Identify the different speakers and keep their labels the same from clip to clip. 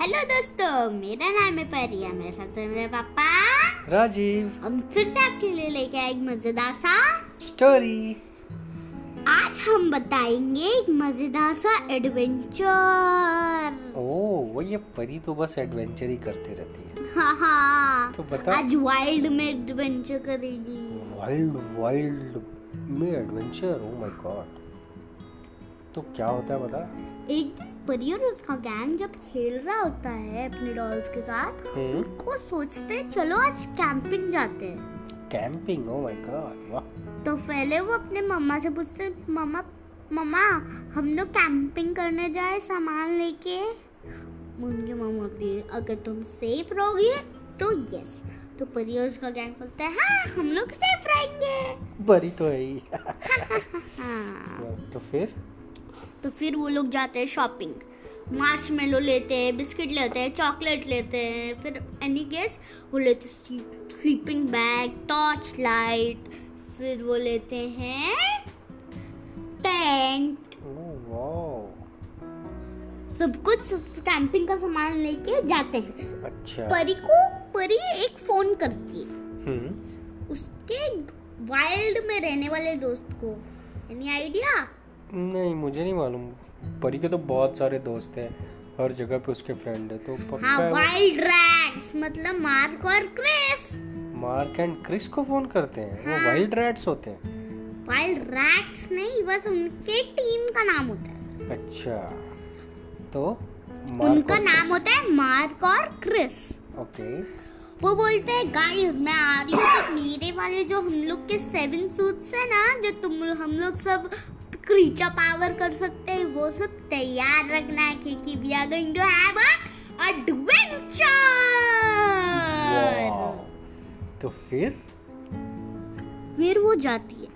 Speaker 1: Hello दोस्तों मेरा नाम है परिया मेरे साथ है मेरे पापा
Speaker 2: राजीव
Speaker 1: हम फिर से आपके लिए लेके आए एक मजेदार सा
Speaker 2: स्टोरी
Speaker 1: आज हम बताएंगे एक मजेदार सा एडवेंचर
Speaker 2: ओ वो ये परी तो बस एडवेंचर ही करती रहती है
Speaker 1: हाँ हाँ
Speaker 2: तो बता
Speaker 1: आज वाइल्ड में एडवेंचर करेगी
Speaker 2: वाइल्ड वाइल्ड में एडवेंचर ओ माय गॉड तो क्या होता है बता
Speaker 1: एक दिन परी और उसका गैंग जब खेल रहा होता है अपने डॉल्स के साथ
Speaker 2: हम्म।
Speaker 1: उनको सोचते हैं, चलो आज कैंपिंग जाते हैं
Speaker 2: camping oh my god oh वाह
Speaker 1: तो पहले वो अपने मम्मा से पूछते मम्मा मम्मा हम लोग कैंपिंग करने जाए सामान लेके उनके मम्मा होती है अगर तुम सेफ रहोगे तो यस तो परी और उसका गैंग बोलता है हाँ हम लोग सेफ रहेंगे
Speaker 2: परी तो है ही
Speaker 1: हाँ
Speaker 2: तो फिर
Speaker 1: तो फिर वो लोग जाते हैं शॉपिंग मार्च मेलो लेते हैं बिस्किट लेते हैं चॉकलेट लेते हैं फिर एनी गेस वो लेते स्लीपिंग बैग टॉर्च लाइट फिर वो लेते हैं टेंट
Speaker 2: ओ वाओ
Speaker 1: सब कुछ कैंपिंग का सामान लेके जाते हैं
Speaker 2: अच्छा
Speaker 1: परी को परी एक फोन करती है
Speaker 2: हम्म
Speaker 1: उसके वाइल्ड में रहने वाले दोस्त को एनी आइडिया
Speaker 2: नहीं मुझे नहीं मालूम परी के तो बहुत सारे दोस्त हैं हर जगह पे उसके फ्रेंड है तो
Speaker 1: हाँ
Speaker 2: पक्का है
Speaker 1: वाइल्ड रैट्स मतलब मार्क और क्रिस
Speaker 2: वो मार्क एंड क्रिस को फोन करते हैं वो
Speaker 1: हाँ।
Speaker 2: वाइल्ड रैट्स होते हैं
Speaker 1: वाइल्ड रैट्स नहीं बस उनके टीम का नाम होता है
Speaker 2: अच्छा तो
Speaker 1: उनका नाम होता है मार्क और क्रिस
Speaker 2: ओके
Speaker 1: वो बोलते हैं गाइस मैं आ रही हूँ तो मेरे वाले जो हम लोग के सेवन सूट्स है ना जो तुम हम लोग सब क्रीचर पावर कर सकते हैं वो सब तैयार रखना है क्योंकि we are going to have a adventure
Speaker 2: तो फिर
Speaker 1: फिर वो जाती है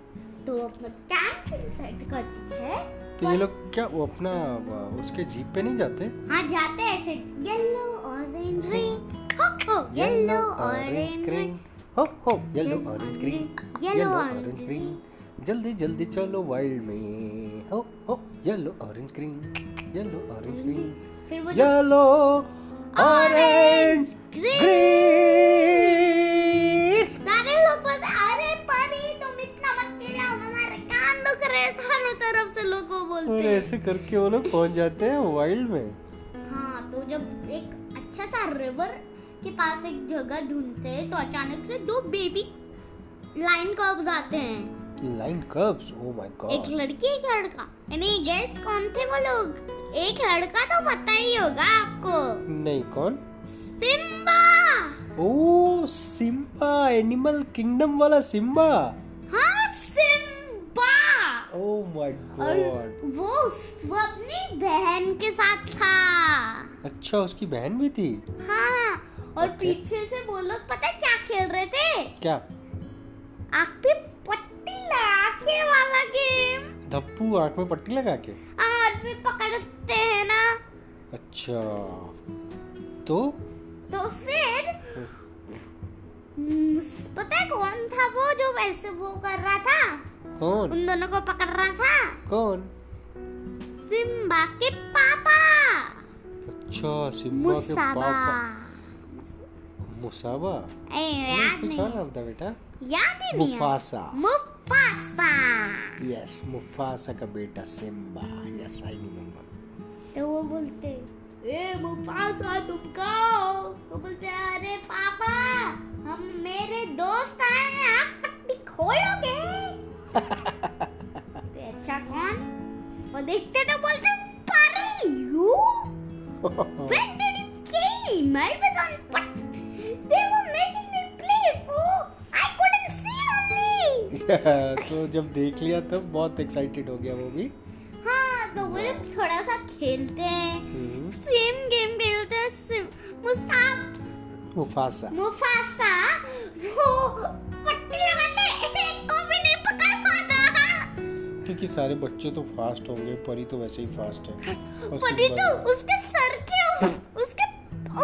Speaker 1: तो अपना कैंप सेट करती है
Speaker 2: तो ये लोग क्या वो अपना आ, उसके जीप पे नहीं जाते
Speaker 1: हाँ जाते हैं ऐसे yellow orange green yellow orange green
Speaker 2: green हो हो yellow
Speaker 1: Yellow,
Speaker 2: orange
Speaker 1: orange,
Speaker 2: green
Speaker 1: green. Yellow, orange,
Speaker 2: green जल्दी जल्दी चलो वाइल्ड में हो हो yellow orange green yellow orange green
Speaker 1: फिर वो जो
Speaker 2: येलो ऑरेंज
Speaker 1: green.
Speaker 2: ग्रीन
Speaker 1: सारे लोग बोलते हैं, अरे परी तुम इतना मत चिल्लाओ हमारे कान दुख रहे हैं", चारों तरफ से लोगों
Speaker 2: और
Speaker 1: बोलते हैं
Speaker 2: ऐसे करके वो लोग पहुंच जाते हैं वाइल्ड में
Speaker 1: हाँ तो जब एक अच्छा सा रिवर के पास एक जगह ढूंढते हैं तो अचानक से दो बेबी लाइन कर्व्स आते हैं
Speaker 2: लाइन कर्व्स ओ माय
Speaker 1: एक
Speaker 2: गॉड
Speaker 1: लड़की एक लड़का यानी गैस कौन थे वो लोग एक लड़का तो पता ही होगा आपको
Speaker 2: नहीं कौन Oh,
Speaker 1: Simba
Speaker 2: oh Simba animal kingdom वाला सिम्बा
Speaker 1: हाँ सिम्बा
Speaker 2: ओ माय
Speaker 1: और
Speaker 2: गॉड
Speaker 1: वो वो अपनी बहन के साथ था
Speaker 2: अच्छा उसकी बहन भी थी
Speaker 1: हाँ और
Speaker 2: Okay.
Speaker 1: पीछे से वो लोग पता है क्या खेल रहे थे
Speaker 2: क्या
Speaker 1: आग पे पट्टी लगा के वाला गेम
Speaker 2: धप्पू आंख में पट्टी लगा के
Speaker 1: और फिर पकड़ते हैं ना
Speaker 2: अच्छा तो
Speaker 1: तो फिर हम्म, पता है कौन था वो जो वैसे वो कर रहा था
Speaker 2: कौन
Speaker 1: उन दोनों को पकड़ रहा था
Speaker 2: कौन
Speaker 1: सिम्बा के पापा
Speaker 2: अच्छा सिम्बा के
Speaker 1: मुसाबा
Speaker 2: पापा मुसाबा
Speaker 1: ए याद
Speaker 2: कुछ और
Speaker 1: नहीं
Speaker 2: नाम था बेटा
Speaker 1: याद ही नहीं है।
Speaker 2: मुफासा
Speaker 1: मुफासा
Speaker 2: यस मुफासा का बेटा सिम्बा यस आई रिमेम्बर
Speaker 1: तो वो बोलते ए मुफासा तुम कहाँ हो वो बोलते अरे पापा हम मेरे दोस्त आए हैं, आप पट्टी खोलोगे तो अच्छा कौन वो देखते तो बोलते Pari you when did you came I was on put they were making me play so I couldn't see only
Speaker 2: तो जब देख लिया तब बहुत एक्साइटेड हो गया वो भी
Speaker 1: हां तो वो लोग थोड़ा सा खेलते हैं
Speaker 2: हम्म,
Speaker 1: सेम गेम खेलते हैं सिम- मुसाफ
Speaker 2: मुफासा
Speaker 1: मुफासा वो पट्टी लगाते एक को भी नहीं पकड़ पाता
Speaker 2: क्योंकि सारे बच्चे तो फास्ट होंगे परी तो वैसे ही फास्ट है और
Speaker 1: पट्टी
Speaker 2: सिम्बा-
Speaker 1: तो उसके सर के उ- उसके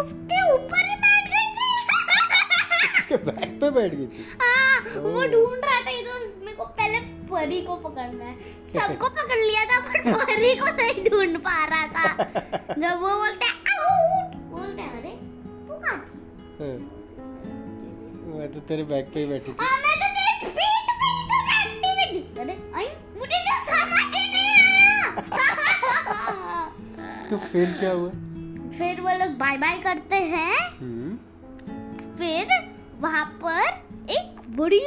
Speaker 1: उसके ऊपर ही बैठ गई थी
Speaker 2: उसके बैक पे बैठ गई थी
Speaker 1: हाँ वो ढूंढ रहा था इधर मेरे को पहले परी को पकड़ना है सबको पकड़ लिया था पर परी को नहीं ढूंढ पा रहा था जब वो बोलते आउट वो
Speaker 2: हाँ, मैं तो तेरे बैग पे ही बैठी थी
Speaker 1: हाँ, मैं तो तेरे पीठ पे ही तो बैठती हुई थी। अरे, आई, मुझे तो समझ ही नहीं आया।
Speaker 2: तो फिर क्या हुआ
Speaker 1: फिर वो लोग बाय बाय करते हैं
Speaker 2: हम्म
Speaker 1: फिर वहाँ पर एक बड़ी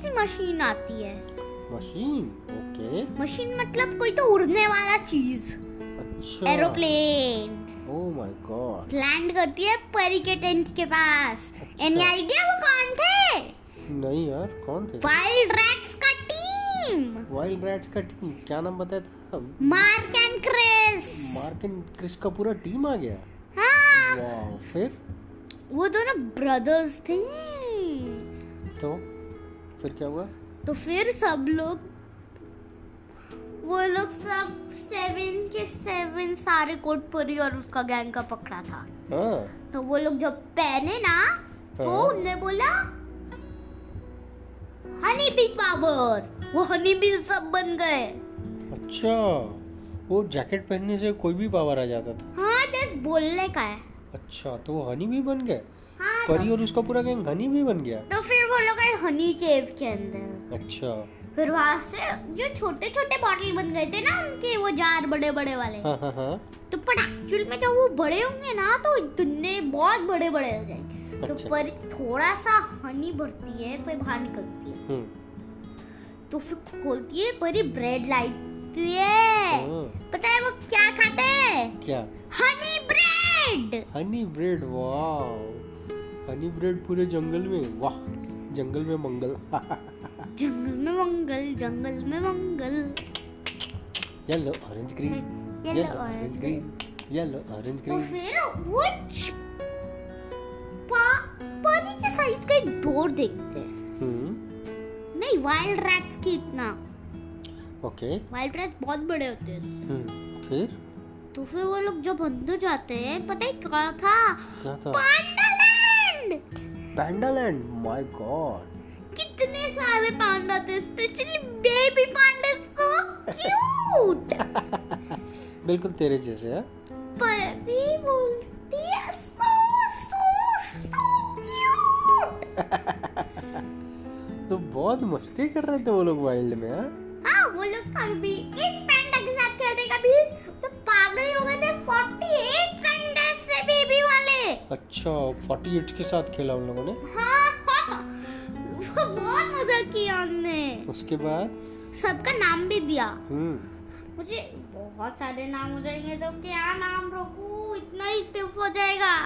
Speaker 1: सी मशीन आती है
Speaker 2: मशीन ओके
Speaker 1: मशीन मतलब कोई तो उड़ने वाला चीज
Speaker 2: अच्छा Oh
Speaker 1: aeroplane
Speaker 2: oh my god
Speaker 1: land करती है परी के टेंट के पास एनी
Speaker 2: अच्छा।
Speaker 1: आइडिया वो कौन थे
Speaker 2: नहीं यार कौन थे
Speaker 1: वाइल्ड रैट्स का टीम
Speaker 2: वाइल्ड रैट्स का टीम क्या नाम बताया था
Speaker 1: Mark and Chris
Speaker 2: Mark and Chris का पूरा टीम आ गया
Speaker 1: हाँ
Speaker 2: वाह फिर
Speaker 1: वो दोनों ब्रदर्स थे
Speaker 2: तो फिर क्या हुआ
Speaker 1: तो फिर सब लोग वो लोग सब सेवन के सेवन सारे कोट परी और उसका गैंग का पकड़ा था
Speaker 2: हाँ
Speaker 1: तो वो लोग जब पहने ना तो
Speaker 2: हाँ।
Speaker 1: उनने बोला हनी बी पावर वो हनी बी सब बन गए
Speaker 2: अच्छा वो जैकेट पहनने से कोई भी पावर आ जाता था
Speaker 1: हाँ जस्ट बोलने का है
Speaker 2: अच्छा तो वो हनी भी बन गए
Speaker 1: हाँ
Speaker 2: परी
Speaker 1: तो,
Speaker 2: और उसका पूरा गैंग हनी भी बन गया
Speaker 1: तो फिर वो लोग आए हनी केव के अंदर
Speaker 2: अच्छा
Speaker 1: फिर वहां से जो छोटे छोटे बॉटल बन गए थे ना उनके वो जार बड़े बड़े वाले
Speaker 2: हाँ हाँ हाँ
Speaker 1: तो पर एक्चुअल में जब वो बड़े होंगे ना तो इतने बहुत बड़े बड़े हो जाएंगे तो
Speaker 2: अच्छा।
Speaker 1: पर थोड़ा सा हनी भरती है फिर बाहर निकलती है
Speaker 2: हम्म
Speaker 1: तो फिर खोलती है परी ब्रेड लाती है
Speaker 2: हाँ,
Speaker 1: पता है वो क्या खाते हैं
Speaker 2: क्या
Speaker 1: हनी ब्रेड
Speaker 2: हनी ब्रेड वाह हनी ब्रेड पूरे जंगल में वाह जंगल में मंगल
Speaker 1: जंगल में मंगल जंगल में मंगल
Speaker 2: yellow orange green
Speaker 1: yellow orange
Speaker 2: green yellow orange
Speaker 1: तो
Speaker 2: ग्रीन
Speaker 1: फिर वो छ- पा- परी के साइज का एक डोर देखते हैं
Speaker 2: हम्म
Speaker 1: नहीं वाइल्ड रैट्स की इतना
Speaker 2: ओके
Speaker 1: वाइल्ड रैट्स बहुत बड़े होते हैं
Speaker 2: हम्म फिर
Speaker 1: तो फिर वो लोग जब अंदर जाते हैं पता है क्या था
Speaker 2: क्या था
Speaker 1: पांडालैंड
Speaker 2: पैंडालैंड माय गॉड
Speaker 1: कितने सारे पांडा थे specially baby panda so cute
Speaker 2: बिल्कुल तेरे जैसे हाँ। है
Speaker 1: परी बोलती है सो सो सो क्यूट
Speaker 2: तो बहुत मस्ती कर रहे थे वो लोग वाइल्ड में हाँ?
Speaker 1: हाँ वो लोग कभी इस पांडा के साथ खेलने का भी तो पागल ही हो गए थे 48 पांडा से बेबी वाले
Speaker 2: अच्छा 48 के साथ खेला उन लोगों ने
Speaker 1: हाँ हाँ वो बहुत मजा किया हमने
Speaker 2: उसके बाद
Speaker 1: सबका नाम भी दिया
Speaker 2: हम्म
Speaker 1: मुझे बहुत सारे नाम हो जाएंगे तो क्या नाम रखू इतना ही टिप हो जाएगा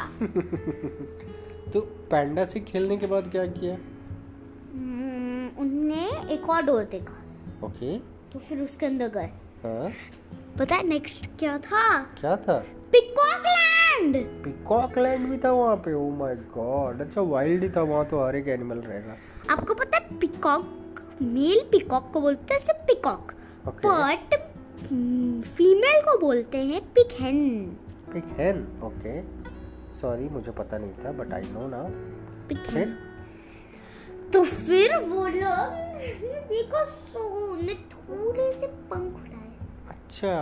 Speaker 2: तो पैंडा से खेलने के बाद क्या किया
Speaker 1: हम्म, उनने एक और डोर देखा
Speaker 2: ओके
Speaker 1: तो फिर उसके अंदर गए
Speaker 2: हाँ
Speaker 1: पता है नेक्स्ट क्या था
Speaker 2: क्या था
Speaker 1: पिकॉक लैंड
Speaker 2: पिकॉक लैंड भी था वहाँ पे ओ माय गॉड अच्छा वाइल्ड ही था वहाँ तो हर एक एनिमल रहेगा
Speaker 1: आपको पता है पिकॉक मेल पिकॉक को बोलते हैं सिर्फ पिकॉक
Speaker 2: ओके
Speaker 1: बट फीमेल को बोलते हैं peahen
Speaker 2: peahen okay sorry मुझे पता नहीं था बट आई नो ना
Speaker 1: पिकहेन
Speaker 2: फिर
Speaker 1: तो फिर वो लोग देखो सोने थोड़े से पंख उठाए
Speaker 2: अच्छा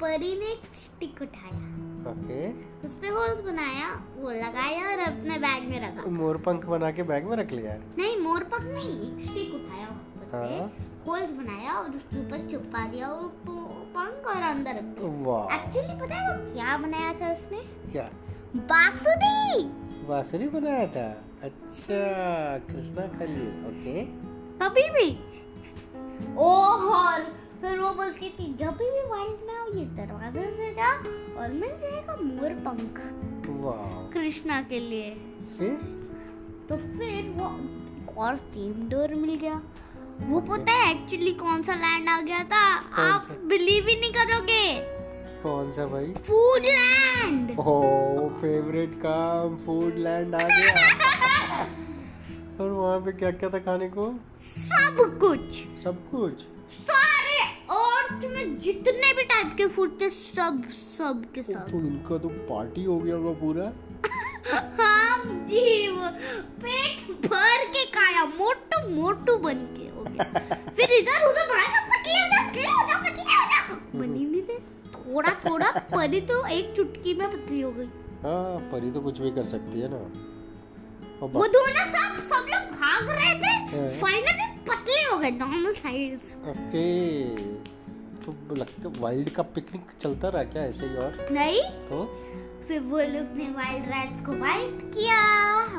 Speaker 1: परी ने एक स्टिक उठाया
Speaker 2: ओके
Speaker 1: उस पे होल्स बनाया वो लगाया और अपने बैग में रखा
Speaker 2: मोर पंख बना के बैग में रख लिया है
Speaker 1: नहीं मोर पक नहीं एक स्टिक उठाया ऊपर
Speaker 2: हाँ।
Speaker 1: से होल्स बनाया और उसके ऊपर चिपका दिया वो प- पंख और अंदर रख दिया
Speaker 2: वाह
Speaker 1: एक्चुअली पता है वो क्या बनाया था उसने
Speaker 2: क्या
Speaker 1: बांसुरी
Speaker 2: बांसुरी बनाया था अच्छा कृष्णा का लिए ओके
Speaker 1: कभी भी ओ हॉल फिर वो बोलती थी जब भी वाइल्ड में आओ ये दरवाजे से जा और मिल जाएगा मोर पंख
Speaker 2: वाह
Speaker 1: कृष्णा के लिए
Speaker 2: फिर
Speaker 1: तो फिर वो एक और सेम डोर मिल गया वो पता है एक्चुअली कौन सा लैंड आ गया था
Speaker 2: कौन
Speaker 1: आप
Speaker 2: सा?
Speaker 1: बिलीव ही नहीं करोगे
Speaker 2: कौन सा भाई
Speaker 1: फूड लैंड
Speaker 2: ओ फेवरेट काम फूड लैंड आ गया और वहाँ पे क्या क्या था खाने को
Speaker 1: सब कुछ
Speaker 2: सब कुछ
Speaker 1: सारे अर्थ में जितने भी टाइप के फूड थे सब सब के सब
Speaker 2: तो इनका तो पार्टी हो गया होगा पूरा
Speaker 1: हम जी वो पेट भर के खाया मोटू मोटू बन के हो गया फिर इधर उधर भागा पतले हो जा पतले हो जा पतले हो जा बनी नहीं थे थोड़ा थोड़ा परी तो एक चुटकी में पतली हो गई
Speaker 2: हाँ परी तो कुछ भी कर सकती है ना और
Speaker 1: वो
Speaker 2: बा-
Speaker 1: दोनों सब सब लोग भाग रहे थे
Speaker 2: हाँ।
Speaker 1: फाइनली पतले हो गए दोनों साइड्स
Speaker 2: ओके तो लगता वाइल्ड का पिकनिक चलता रहा क्या ऐसे ही और
Speaker 1: नहीं
Speaker 2: तो
Speaker 1: फिर वो लोग ने वाइल्ड राइड्स को बाइट किया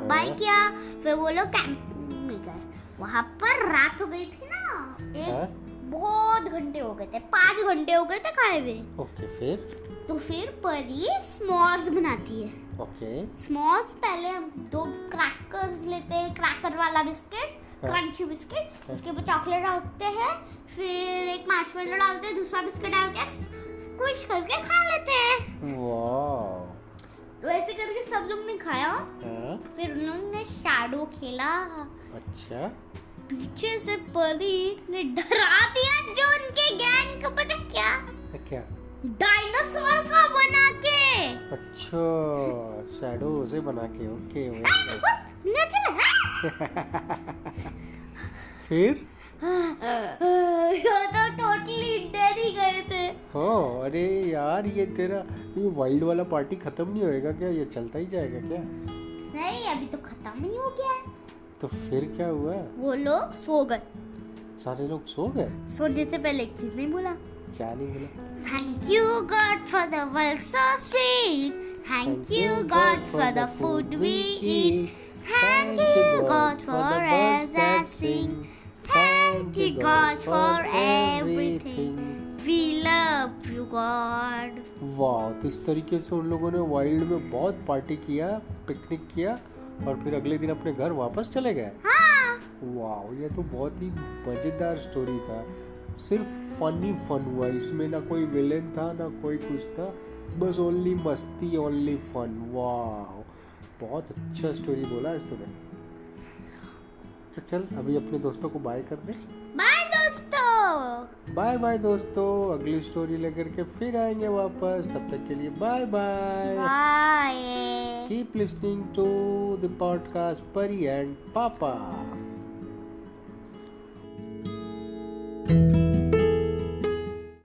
Speaker 1: बाय
Speaker 2: हाँ।
Speaker 1: किया फिर वो लोग कैंप में गए वहां पर रात हो गई थी ना
Speaker 2: हाँ?
Speaker 1: एक बहुत घंटे हो गए थे पाँच घंटे हो गए थे खाए हुए
Speaker 2: ओके फिर
Speaker 1: तो फिर परी स्मॉल्स बनाती है
Speaker 2: ओके
Speaker 1: स्मॉल्स पहले हम दो क्रैकर्स लेते हैं क्रैकर वाला बिस्किट
Speaker 2: हाँ।
Speaker 1: क्रंची बिस्किट
Speaker 2: हाँ।
Speaker 1: उसके ऊपर चॉकलेट डालते हैं फिर एक मार्शमेलो डालते हैं दूसरा बिस्किट डाल के स्क्विश करके खा लेते हैं
Speaker 2: वाओ
Speaker 1: वैसे करके सब लोग ने खाया
Speaker 2: हाँ,
Speaker 1: फिर उन लोग ने शाडो खेला
Speaker 2: अच्छा
Speaker 1: पीछे से परी ने डरा दिया जो उनके गैंग को पता क्या
Speaker 2: क्या
Speaker 1: डायनासोर का बना के
Speaker 2: अच्छा शैडो से बना के ओके
Speaker 1: हाँ,
Speaker 2: ओके।
Speaker 1: बस, नचना, हाँ।
Speaker 2: फिर
Speaker 1: ये हाँ। तो टोटली डर ही गए थे
Speaker 2: हाँ अरे यार ये तेरा ये वाइल्ड वाला पार्टी खत्म नहीं होएगा क्या ये चलता ही जाएगा क्या
Speaker 1: नहीं अभी तो खत्म ही हो गया है।
Speaker 2: तो फिर क्या हुआ
Speaker 1: वो लोग सो गए
Speaker 2: सारे लोग सो गए
Speaker 1: सोने से पहले एक चीज नहीं बोला
Speaker 2: क्या नहीं मिला
Speaker 1: Thank you, God, for the world so sweet. Thank you, God, for the food we eat. Thank you, God, for birds that sing. Thank you, God, for everything. We love you, God.
Speaker 2: वाह तो इस तरीके से उन लोगों ने wild में बहुत पार्टी किया पिकनिक किया और फिर अगले दिन अपने घर वापस चले गए
Speaker 1: हाँ
Speaker 2: वाह ये तो बहुत ही मजेदार स्टोरी था सिर्फ फन ही फन हुआ इसमें ना कोई विलेन था ना कोई कुछ था बस ओनली मस्ती ओनली फन वाह बहुत अच्छा स्टोरी बोला आज तूने तो चल अभी अपने दोस्तों को बाय कर दे
Speaker 1: बाय दोस्तों
Speaker 2: बाय बाय दोस्तों अगली स्टोरी लेकर के फिर आएंगे वापस तब तक के लिए bye bye
Speaker 1: bye
Speaker 2: keep listening to the podcast Pari and पापा